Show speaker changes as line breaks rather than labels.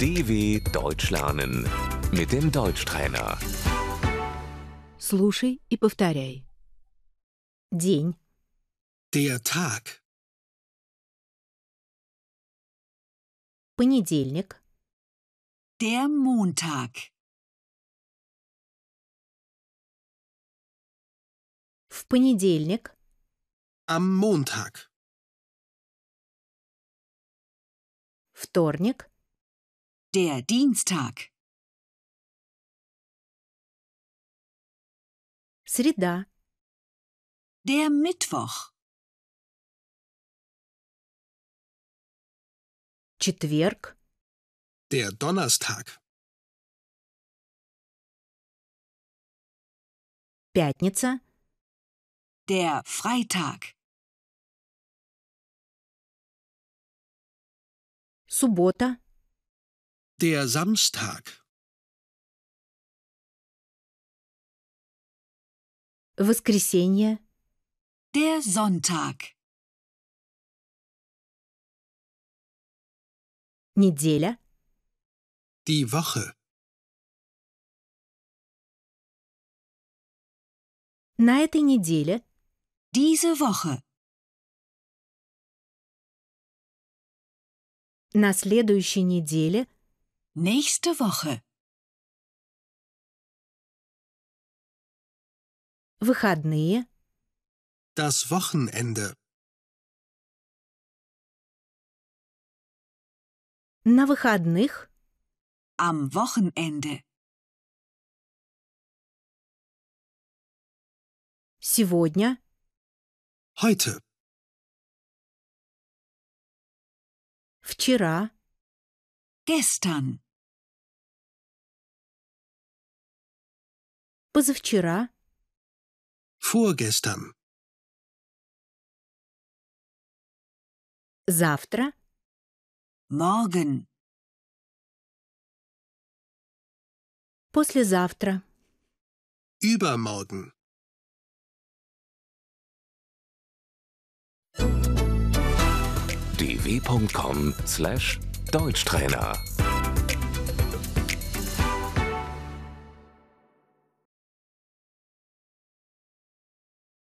DW Deutsch lernen mit dem Deutschtrainer.
Слушай и повторяй. День,
Der Tag.
понедельник,
Der Montag.
в понедельник,
Am Montag.
вторник,
Der Dienstag.
среда,
Der Mittwoch.
четверг,
Der Donnerstag.
пятница,
Der Freitag.
суббота,
Der Samstag.
воскресенье,
Der Sonntag.
неделя,
Die Woche.
на этой неделе,
Diese Woche.
на следующей неделе,
Nächste Woche.
выходные,
Das Wochenende.
на выходных,
Am Wochenende.
сегодня,
Heute.
вчера,
Gestern.
позавчера,
Vorgestern.
завтра,
Morgen.
послезавтра.
Übermorgen.
dw.com/deutschtrainer